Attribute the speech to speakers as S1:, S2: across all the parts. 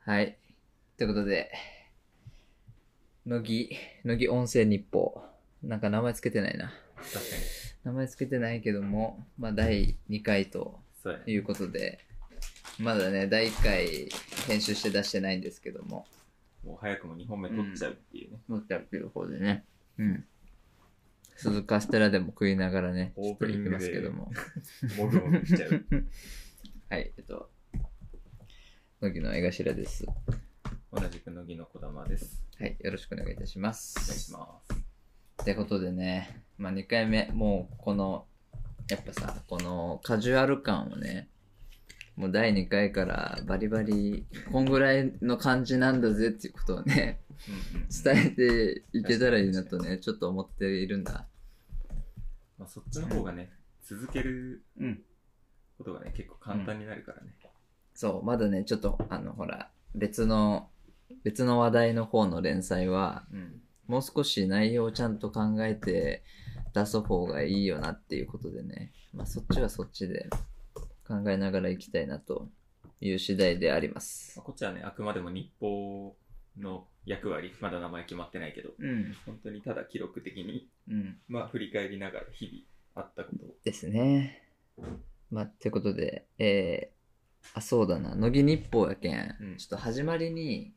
S1: はい。ということで、乃木、乃木音声日報。なんか名前つけてないな。
S2: 確かに。
S1: 名前つけてないけども、まあ第2回と
S2: そうやね。
S1: いうことで、まだね、第1回編集して出してないんですけども、
S2: もう早くも2本目取っちゃうっていうね。
S1: 持ってある方でね。うん。鈴カステラでも食いながらね、
S2: オープニングで
S1: ちょっと行きますけども。
S2: もぐもぐしちゃう。
S1: はい、えっと、乃木の江頭です。
S2: 同じく乃木のこだまです。
S1: はい、よろしくお願いいたしま
S2: お願いし
S1: す。
S2: ます。
S1: ってことでね、まあ2回目、もうこの、やっぱさ、このカジュアル感をね、もう第2回からバリバリ、こんぐらいの感じなんだぜっていうことをね、
S2: うんうん、
S1: 伝えていけたらいいなとね、ちょっと思っているんだ。
S2: まあ、そっちの方がね、続ける
S1: うん。
S2: ことがね、結構簡単になるからね。
S1: そう、まだね、ちょっと、あの、ほら、別の、別の話題の方の連載は、
S2: うん。
S1: もう少し内容をちゃんと考えて出す方がいいよなっていうことでね、まあそっちはそっちで考えながら行きたいなという次第であります
S2: まあ、。こっちはね、あくまでも日報の役割、まだ名前決まってないけど、
S1: うん。
S2: 本当にただ記録的に、
S1: うん。
S2: まあ、振り返りながら日々あったことを。
S1: ですね。まあ、ってことで、えー、あ、そうだな、乃木日報やけん、
S2: うん
S1: ちょっと始まりに、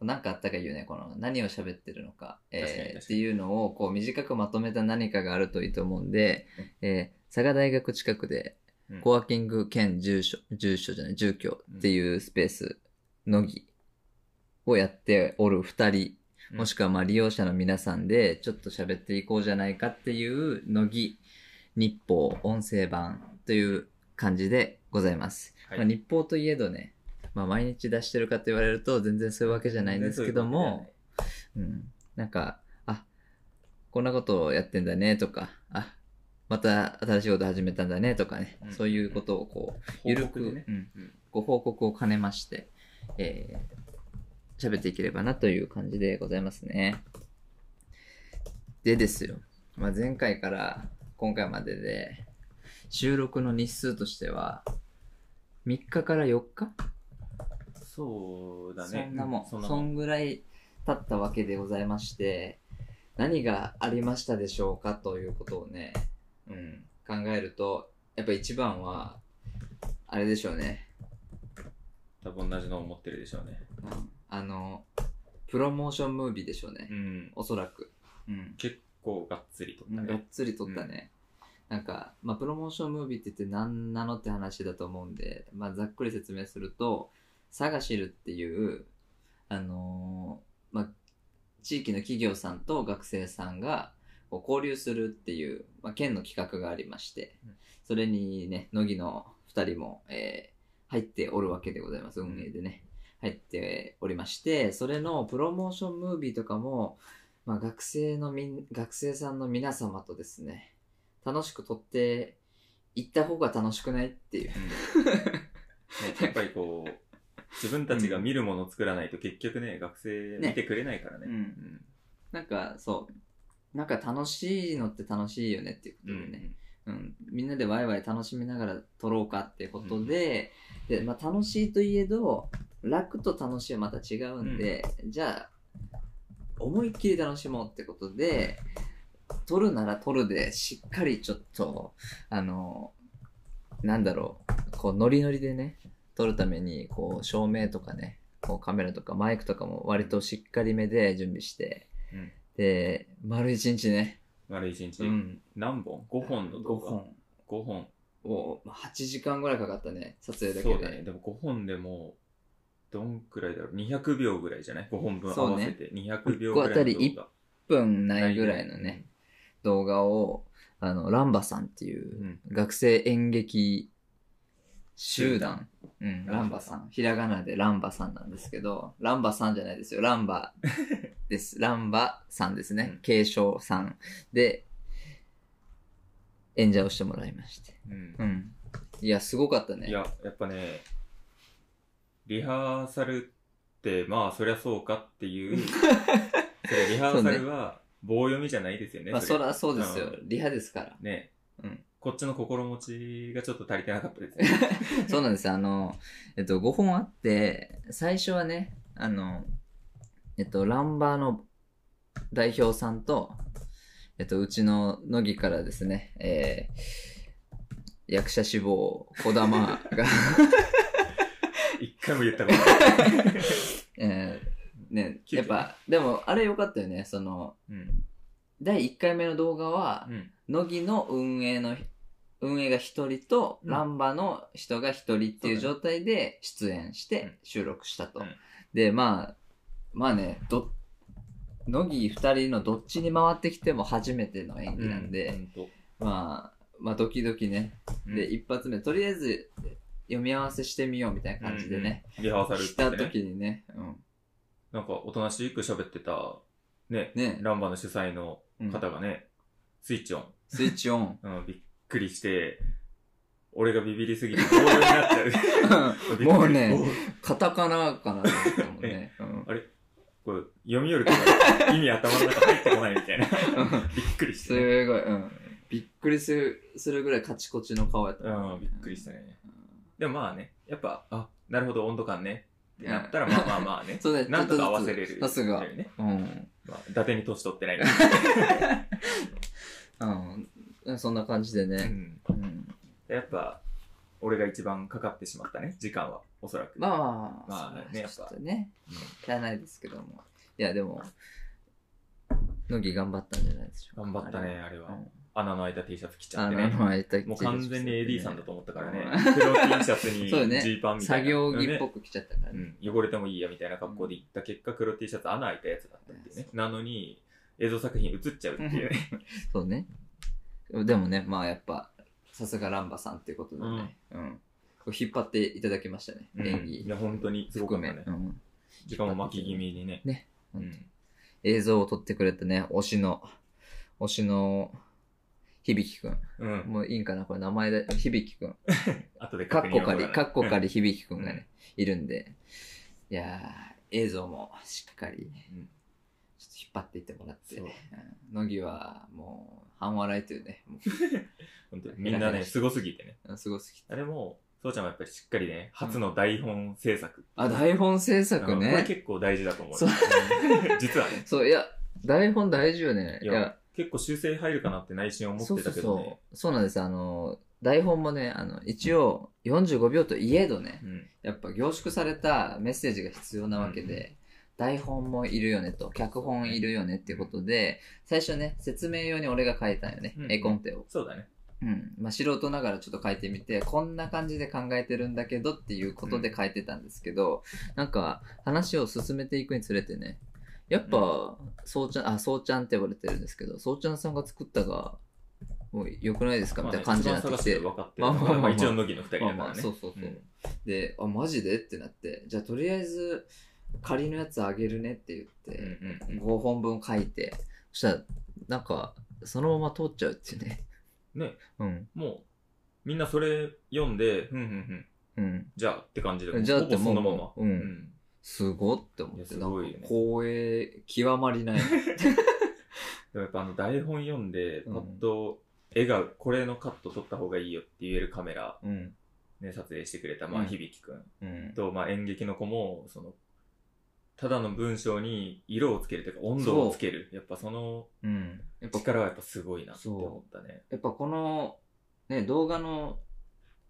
S1: なんかあったかいよね、この何を喋ってるのか、
S2: 確かに確
S1: え
S2: か
S1: ー
S2: に
S1: っていうのをこう短くまとめた何かがあるといいと思うんで、えー佐賀大学近くで
S2: うん
S1: コワーキング兼住所、住所じゃない、住居っていうスペース、のぎをやっておる二人、もしくはまあ利用者の皆さんでちょっと喋っていこうじゃないかっていう、のぎ日報音声版という感じでございます。
S2: はい
S1: まあ、日報といえどね、まあ毎日出してるかと言われると全然そういうわけじゃないんですけども、うん、なんか、あ、こんなことをやってんだねとか、あ、また新しいこと始めたんだねとかね、
S2: うん
S1: そういうことをこう、ゆるく、
S2: 報告でね
S1: うん
S2: うん
S1: ご報告を兼ねまして、えー、喋っていければなという感じでございますね。でですよ、まあ、前回から今回までで、収録の日数としては、3日から4日
S2: そうだね。
S1: そんなもん。そ
S2: そんなもん
S1: んぐらい経ったわけでございまして、何がありましたでしょうかということをね、うん、考えると、やっぱ一番は、あれでしょうね、
S2: 多分同じのを持ってるでしょうね。
S1: うんあの、プロモーションムービーでしょうね、
S2: うん。
S1: おそらく。うん。
S2: 結構がっつりとった
S1: がっ
S2: ね。
S1: つり撮ったね。なんか、まあ、プロモーションムービーって言って何なのって話だと思うんで、まあ、ざっくり説明すると、サガシルっていう、あのーまあ、地域の企業さんと学生さんがこう交流するっていう、まあ、県の企画がありまして
S2: うん、
S1: それにね、乃木の2人も、えー入っておるわけでございます、
S2: ん
S1: 運営でね。入っておりまして、それのプロモーションムービーとかも、まあ、学生のみん、学生さんの皆様とですね、楽しく撮っていった方が楽しくないっていう。
S2: うんねやっぱりこう、自分たちが見るものを作らないと結局ね、学生見てくれないからね。
S1: ねなんか、そう。なんか楽しいのって楽しいよねっていうこ
S2: う
S1: と
S2: ん
S1: でね。うん。みんなでワイワイ楽しみながら撮ろうかってことで、で、まあ楽しいといえど、楽と楽しいはまた違うんで、じゃあ、思いっきり楽しもうってことで、撮るなら撮るで、しっかりちょっと、あの、なんだろう、こう、ノリノリでね、撮るために、こう、照明とかね、こう、カメラとかマイクとかも割としっかりめで準備して、
S2: うん
S1: で、丸一日ね、
S2: 丸一日、
S1: うん、
S2: 何本 ?5 本の動
S1: 5
S2: 画。
S1: 本
S2: 5本。
S1: をまあ8時間ぐらいかかったね、撮影だけ
S2: そ
S1: で。
S2: うだね。でも5本でも、どんくらいだろう ?200 秒ぐらいじゃない ?5 本分合わせて。200秒ぐらいの動画。。
S1: 一個10分ないぐらいのね、動画を、あの、ランバさんっていううん
S2: うん。
S1: 学生演劇集団。うん、ラ
S2: ラ
S1: ン
S2: ン
S1: バ
S2: バ
S1: さ
S2: さ
S1: ん。ひらがなでランバさんなんですけど、ランバさんじゃないですよ。ランバ です。ランバさんですね。
S2: うん
S1: 継承さんで、演者をしてもらいまして。
S2: うん
S1: うん。いや、すごかったね。
S2: いや、やっぱね、リハーサルって、まあ、そりゃそうかっ ていう、それリハーサルは棒読みじゃないですよね。
S1: まあ、そ
S2: れ
S1: らそうですよ。リハですから。
S2: ね。
S1: うん
S2: こっちの心持ちがちょっと足りてなかったですね。
S1: そうなんです。あの、えっと、5本あって、最初はね、あの、えっと、ランバーの代表さんと、えっと、うちの乃木からですね、えー、役者志望、児玉 が、
S2: 一回も言ったことない。
S1: えー、ね、
S2: 急遽
S1: やっぱ、でも、あれ良かったよね、その、
S2: うん。
S1: 第1回目の動画は
S2: う、ん。
S1: 乃木の運営の、運営が1人と、
S2: うん
S1: ランバの人が1人っていう
S2: そ
S1: 状
S2: う
S1: 態で出演し
S2: う
S1: て
S2: ん
S1: 収録したと。
S2: うん
S1: で、まあ、まあね、ど、乃木2人のどっちに回ってきても初めての演技なん
S2: う
S1: で、
S2: んほんと
S1: まあ、まあドキドキね。
S2: うん
S1: で、一発目、とりあえず読み合わせしてみようみたいな感じでね、
S2: うんうんリハーサル
S1: した
S2: ってね
S1: 時にね、うん。
S2: なんかおとなしく喋ってた、ね、
S1: ね
S2: ランバの主催の
S1: うん
S2: 方がね、スイッチオン、。
S1: スイッチオン
S2: うん、びっくりして、俺がビビりすぎて、ボールになっちゃうびっくり。
S1: もうね
S2: ボール
S1: カタカナかなと思ったもんね。 うん
S2: こう読み寄るから意味頭の中入ってこないみたいな。
S1: うん
S2: びっくりし
S1: す
S2: て、ね。
S1: ごい、うん。びっくりするするぐらいカチコチの顔やった。
S2: うん、びっくりしたね。
S1: うん。
S2: でもまあね、やっぱ、あ、なるほど、温度感ね。ってなったら、まあまあまあね
S1: 。そうね、
S2: なんとか合わせれ
S1: ちょっ
S2: る。
S1: とずつさすが。
S2: ね。
S1: うん。
S2: まあ、伊達に年取っ てない。
S1: うん。そんな感じで
S2: う
S1: ね。
S2: ん。
S1: うん。
S2: やっぱ、俺が一番かかってしまったね、時間は。おそらく。
S1: まあまあ
S2: まあねやっぱ
S1: ちょっとね、
S2: うん
S1: 汚いですけども。いや、でも、乃木頑張ったんじゃないでしょうか。
S2: 頑張ったね、あれ
S1: あれは。う
S2: は。
S1: ん
S2: 穴の開いた T シャツ着ちゃっ
S1: あ
S2: て
S1: の、あ
S2: ね。
S1: の、あれだけ
S2: もう完全に AD さんだと思ったからね
S1: う。
S2: 黒 T シャツにジ
S1: そうね
S2: ーパンみたい
S1: 作
S2: な。
S1: 業着っぽく着ちゃったから
S2: う
S1: ね。
S2: ん、汚れてもいいやみたいな格好で行った結果、黒 T シャツ穴開いたやつだったっていうね。なのに、映像作品映っちゃうっていうね。
S1: そうね。でもね、まあやっぱ、さすがランバさんっていうことでね。うん。こう引っ張っていただきましたね。演技
S2: いや、本当にすごか
S1: 含
S2: っ
S1: め。
S2: たね。
S1: うん。
S2: 時間も巻き気味にね。
S1: ね。
S2: う
S1: 本当
S2: ん。
S1: 映像を撮ってくれたね、推しの、推しの、響くん。
S2: うん。
S1: もういいんかなこれ名前で、響くん。
S2: あとで
S1: カ
S2: 確
S1: ッ
S2: 認
S1: コ
S2: を
S1: カリ、カッコカリ
S2: り。
S1: 響くんがね、いるんで。いやー、映像もしっかり、
S2: うん
S1: ちょっと引っ張っていってもらって。
S2: そう
S1: うん乃木はもう、半笑いというね、も
S2: 本当にみんなね、すごすぎてね。
S1: うすごすぎて。
S2: あれも、そうちゃんもやっぱりしっかりね、初の台本制作。
S1: あ、台本制
S2: う
S1: 作
S2: んこれ
S1: ね。
S2: 結構大事だと思う。
S1: そう
S2: うん実はね。
S1: そう、いや、台本大事よね。い
S2: い
S1: や、
S2: や、結構修正入るかなって内心思っ
S1: そう
S2: て
S1: そ
S2: た
S1: う
S2: けどね
S1: そ。う。そうなんです。あの、台本もね、あの、一応、45秒といえどね、
S2: うん
S1: やっぱ凝縮されたメッセージが必要なわけで、台本もいるよねと、脚本いるよねっていうことで、最初ね、説明用に俺が書いたんよね
S2: う、ん
S1: 絵コンテを。
S2: そうだね。
S1: うん。まあ、素人ながらちょっと書いてみて、こんな感じで考えてるんだけどっていうことで書いてたんですけど、なんか、話を進めていくにつれてね、やっぱ、そうちゃん、あ、そうちゃんって呼ばれてるんですけど、そうちゃんさんが作ったが、もう良くないですかみたいな感じになってきて、
S2: まあね一番探して分かって
S1: まあまあまあまあ
S2: る。まあ一応、乃木の二人だ
S1: ま
S2: か
S1: あま
S2: ら
S1: あ、
S2: ね
S1: そ。うそうそう。
S2: うん
S1: で、あ、マジでってなって、じゃあとりあえず、仮のやつあげるねって言って、
S2: うんうん
S1: 5本分書いて、そしたら、なんか、そのまま通っちゃうっていうね。
S2: ね。
S1: うん。
S2: もう、みんなそれ読んで、ふんふんふん、
S1: うん。
S2: じゃあって感じで、
S1: じゃあって
S2: ほぼそのまま
S1: も。ううん
S2: ん。
S1: すごって思っ
S2: いや
S1: て、
S2: す
S1: なん
S2: ごい
S1: か
S2: よね
S1: 光栄極まりない。
S2: でもやっぱあの台本読んで、
S1: うん
S2: パッと、絵がこれのカット撮った方がいいよって言えるカメラ、
S1: うん。
S2: ね、撮影してくれた、ま
S1: う
S2: あ、
S1: ん
S2: 響くん
S1: うん。
S2: と、まあ、演劇の子も、その、ただの文章に色をつけるというか、温度をつける。やっぱその
S1: うん。やっぱ、
S2: 力はやっぱすごいなって思ったね。
S1: やっぱこの、ね、動画の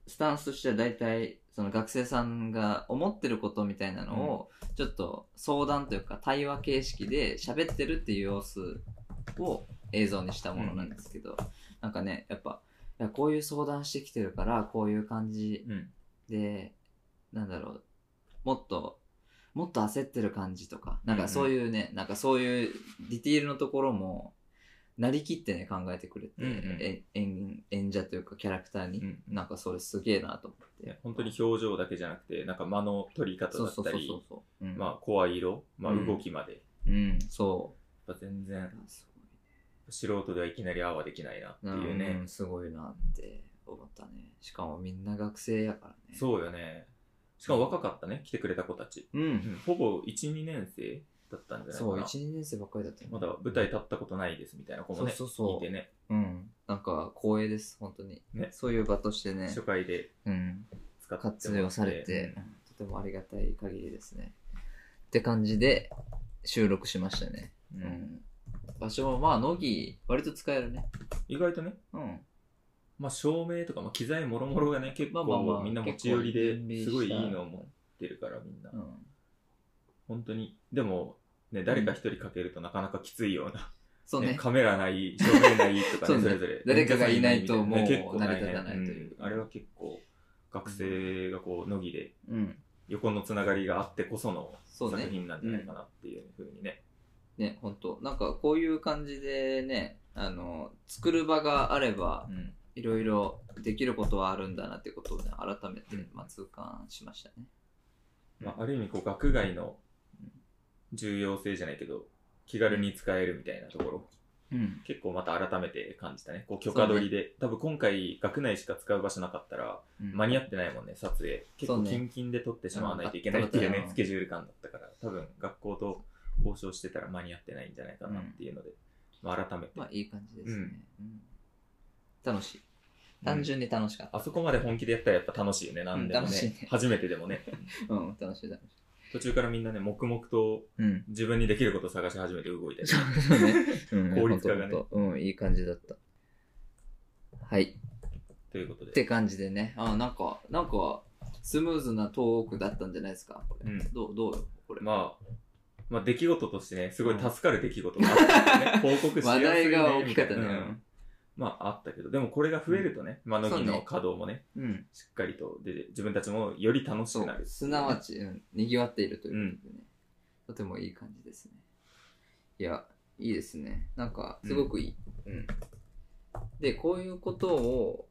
S1: スタンスとしては大体、その学生さんが思ってることみたいなのを、ちょっと相談というか対話形式で喋ってるっていう様子を映像にしたものなんですけど、なんかね、やっぱ、いやこういう相談してきてるから、こういう感じ
S2: うん。
S1: で、なんだろう、もっと、もっと焦ってる感じとか、なん
S2: うん
S1: か
S2: うん
S1: そういうね、なんかそういうディティールのところも、なりきってね、考えてくれて、
S2: うんうん
S1: え演演者というかキャラクターに、
S2: うん
S1: なんかそれすげえなと思って。
S2: ね本当に表情だけじゃなくて、なんか間の取り方
S1: そ
S2: だ
S1: うそ
S2: っ
S1: うそ
S2: た
S1: う
S2: り、
S1: そう。うん、
S2: まあ、声色、まあ、
S1: うん
S2: 動きまで、
S1: う
S2: や
S1: ん、そ
S2: っぱ全
S1: う。
S2: 然
S1: す
S2: 素人ではいきなりああはできないなって
S1: ごい
S2: い
S1: ね、
S2: う
S1: う
S2: ね
S1: ん。すごいなって思ったね。しかもみんな学生やからね。う。
S2: そうよね。しかも若かったね、来てくれた子たち。
S1: う。
S2: うんんほぼ1、2年生だったんじゃない
S1: そう、
S2: かな
S1: 1、。2年生ばっかりだったよね
S2: まだ舞台立ったことないですみたいな子もね、
S1: そうそうそう
S2: いてね。
S1: うん。なんか光栄です、本当に。
S2: ね
S1: そういう場としてね、
S2: 初回で
S1: うん、
S2: 使ってもらって
S1: 活用されて、とてもありがたい限りですね。って感じで収録しましたね。
S2: うん
S1: うん、場所もまあ、乃木、割と使えるね。
S2: 意外とね、
S1: うん。
S2: まあ、照明とか、まあ、機材もろもろがね結
S1: まあ
S2: 構
S1: まあまあ
S2: みんな持ち寄り
S1: 結構準備し
S2: で
S1: た
S2: すごいいいのを持ってるからみんな、
S1: うん
S2: 本当にでもね誰か一人かけるとなかなかきついような、
S1: そうね
S2: ねカメラない照明ないとか
S1: そうね
S2: ねそれぞれ
S1: 誰かがいないと
S2: ね結構
S1: もう成り
S2: 大変
S1: 立たないという
S2: うんあれは結構学生がこう乃木で
S1: うん。
S2: 横のつながりがあってこその
S1: そう
S2: 作
S1: ね。
S2: 品なんじゃないかなっていうふうにね
S1: ね、本当なんかこういう感じでね、あの、作る場があれば、
S2: うん
S1: いろいろできることはあるんだなっていうことをね、改めて
S2: うん、
S1: まあ、痛感しましたね。
S2: まあ、ある意味こう学外の重要性じゃないけど気軽に使えるみたいなところ
S1: うん。
S2: 結構また改めて感じたね。こう許可取りで、多分今回学内しか使う場所なかったら、間に合ってないもんね、撮影。結
S1: そう
S2: 構
S1: ね
S2: キンキンで撮ってしまわないといけないっていうね、スケジュール感だったから、多分学校と交渉してたら間に合ってないんじゃないかなっていうので、まあ、改めて。
S1: まあ、いい感じですね。うん楽しい。単
S2: うん
S1: 純に楽しかった。
S2: あそこまで本気でやったらやっぱ楽しいよね、なんで
S1: う
S2: も
S1: ん
S2: ね。
S1: 楽しいね
S2: 初めてでもね。
S1: うん、楽しい楽しい。
S2: 途中からみんなね、黙々と
S1: うん。
S2: 自分にできることを探し始めて動いたり
S1: そ。うね。うん、
S2: 効率化がね
S1: ほんとほんとうん、いい感じだった。はい。
S2: ということ
S1: っ
S2: で。
S1: て感じでね。あ、なんか、なんか、スムーズなトークだったんじゃないですか、これ。
S2: うん
S1: どう、どうよ、これ。
S2: まあ、まあ、出来事としてね、すごい助かる出来事があった ね。報告しやす
S1: 話
S2: いね
S1: 題が大きかったね
S2: みいなうんまあ、あったけど、でもこれが増えるとね、まあ、
S1: そう
S2: 乃
S1: ね
S2: 木の稼働もね、
S1: うん。
S2: しっかりと出て、自分たちもより楽し
S1: そ
S2: くな
S1: う。
S2: る。
S1: すなわち、うん、賑わっているということでね。とてもいい感じですね。いや、いいですね。なんか、すごくいい。
S2: うん
S1: で、こういうことを、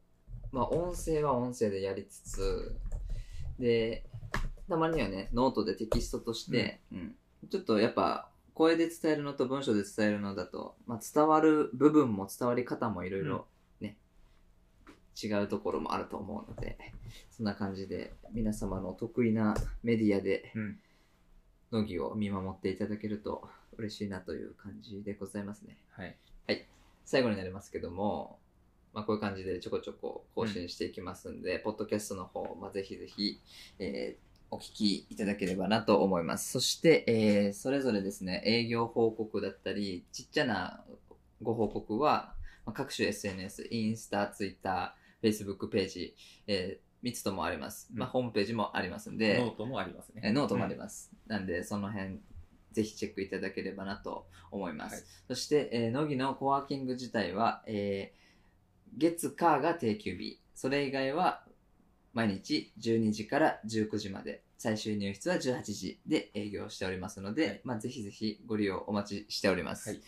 S1: まあ、音声は音声でやりつつ、で、たまにはね、ノートでテキストとして、ちょっとやっぱ、声で伝えるのと文章で伝えるのだと、まあ、伝わる部分も伝わり方もいろいろね、違うところもあると思うので、そんな感じで、皆様の得意なメディアで
S2: うん、
S1: 乃木を見守っていただけると嬉しいなという感じでございますね。
S2: はい。
S1: 最後になりますけども、まあ、こういう感じでちょこちょこ更新していきますんで、ポッドキャストの方、まあ、ぜひぜひ、えーお聞きいただければなと思います。そして、えーそれぞれですね、営業報告だったり、ちっちゃなご報告は、まあ、各種 SNS、インスタ、ツイッター、Facebook ページ、え3つともあります。まあ、
S2: うん
S1: ホームページもありますんで、
S2: ノートもあります
S1: え
S2: ね。
S1: ーノートもあります。なんで、その辺、ぜひチェックいただければなと思います。
S2: はい
S1: そして、えー、乃木のコワーキング自体は、えー月、火が定休日。それ以外は、毎日12時から19時まで。最終入室は18時で営業しておりますので、
S2: はい
S1: まあ、ぜひぜひご利用お待ちしております。
S2: はい
S1: ま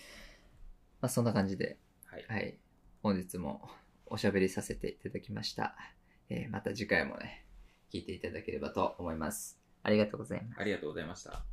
S1: あ、そんな感じで、
S2: はい。
S1: はい。本日もおしゃべりさせていただきました。えーまた次回もね、聞いていただければと思います。ありがとうございます。
S2: ありがとうございました。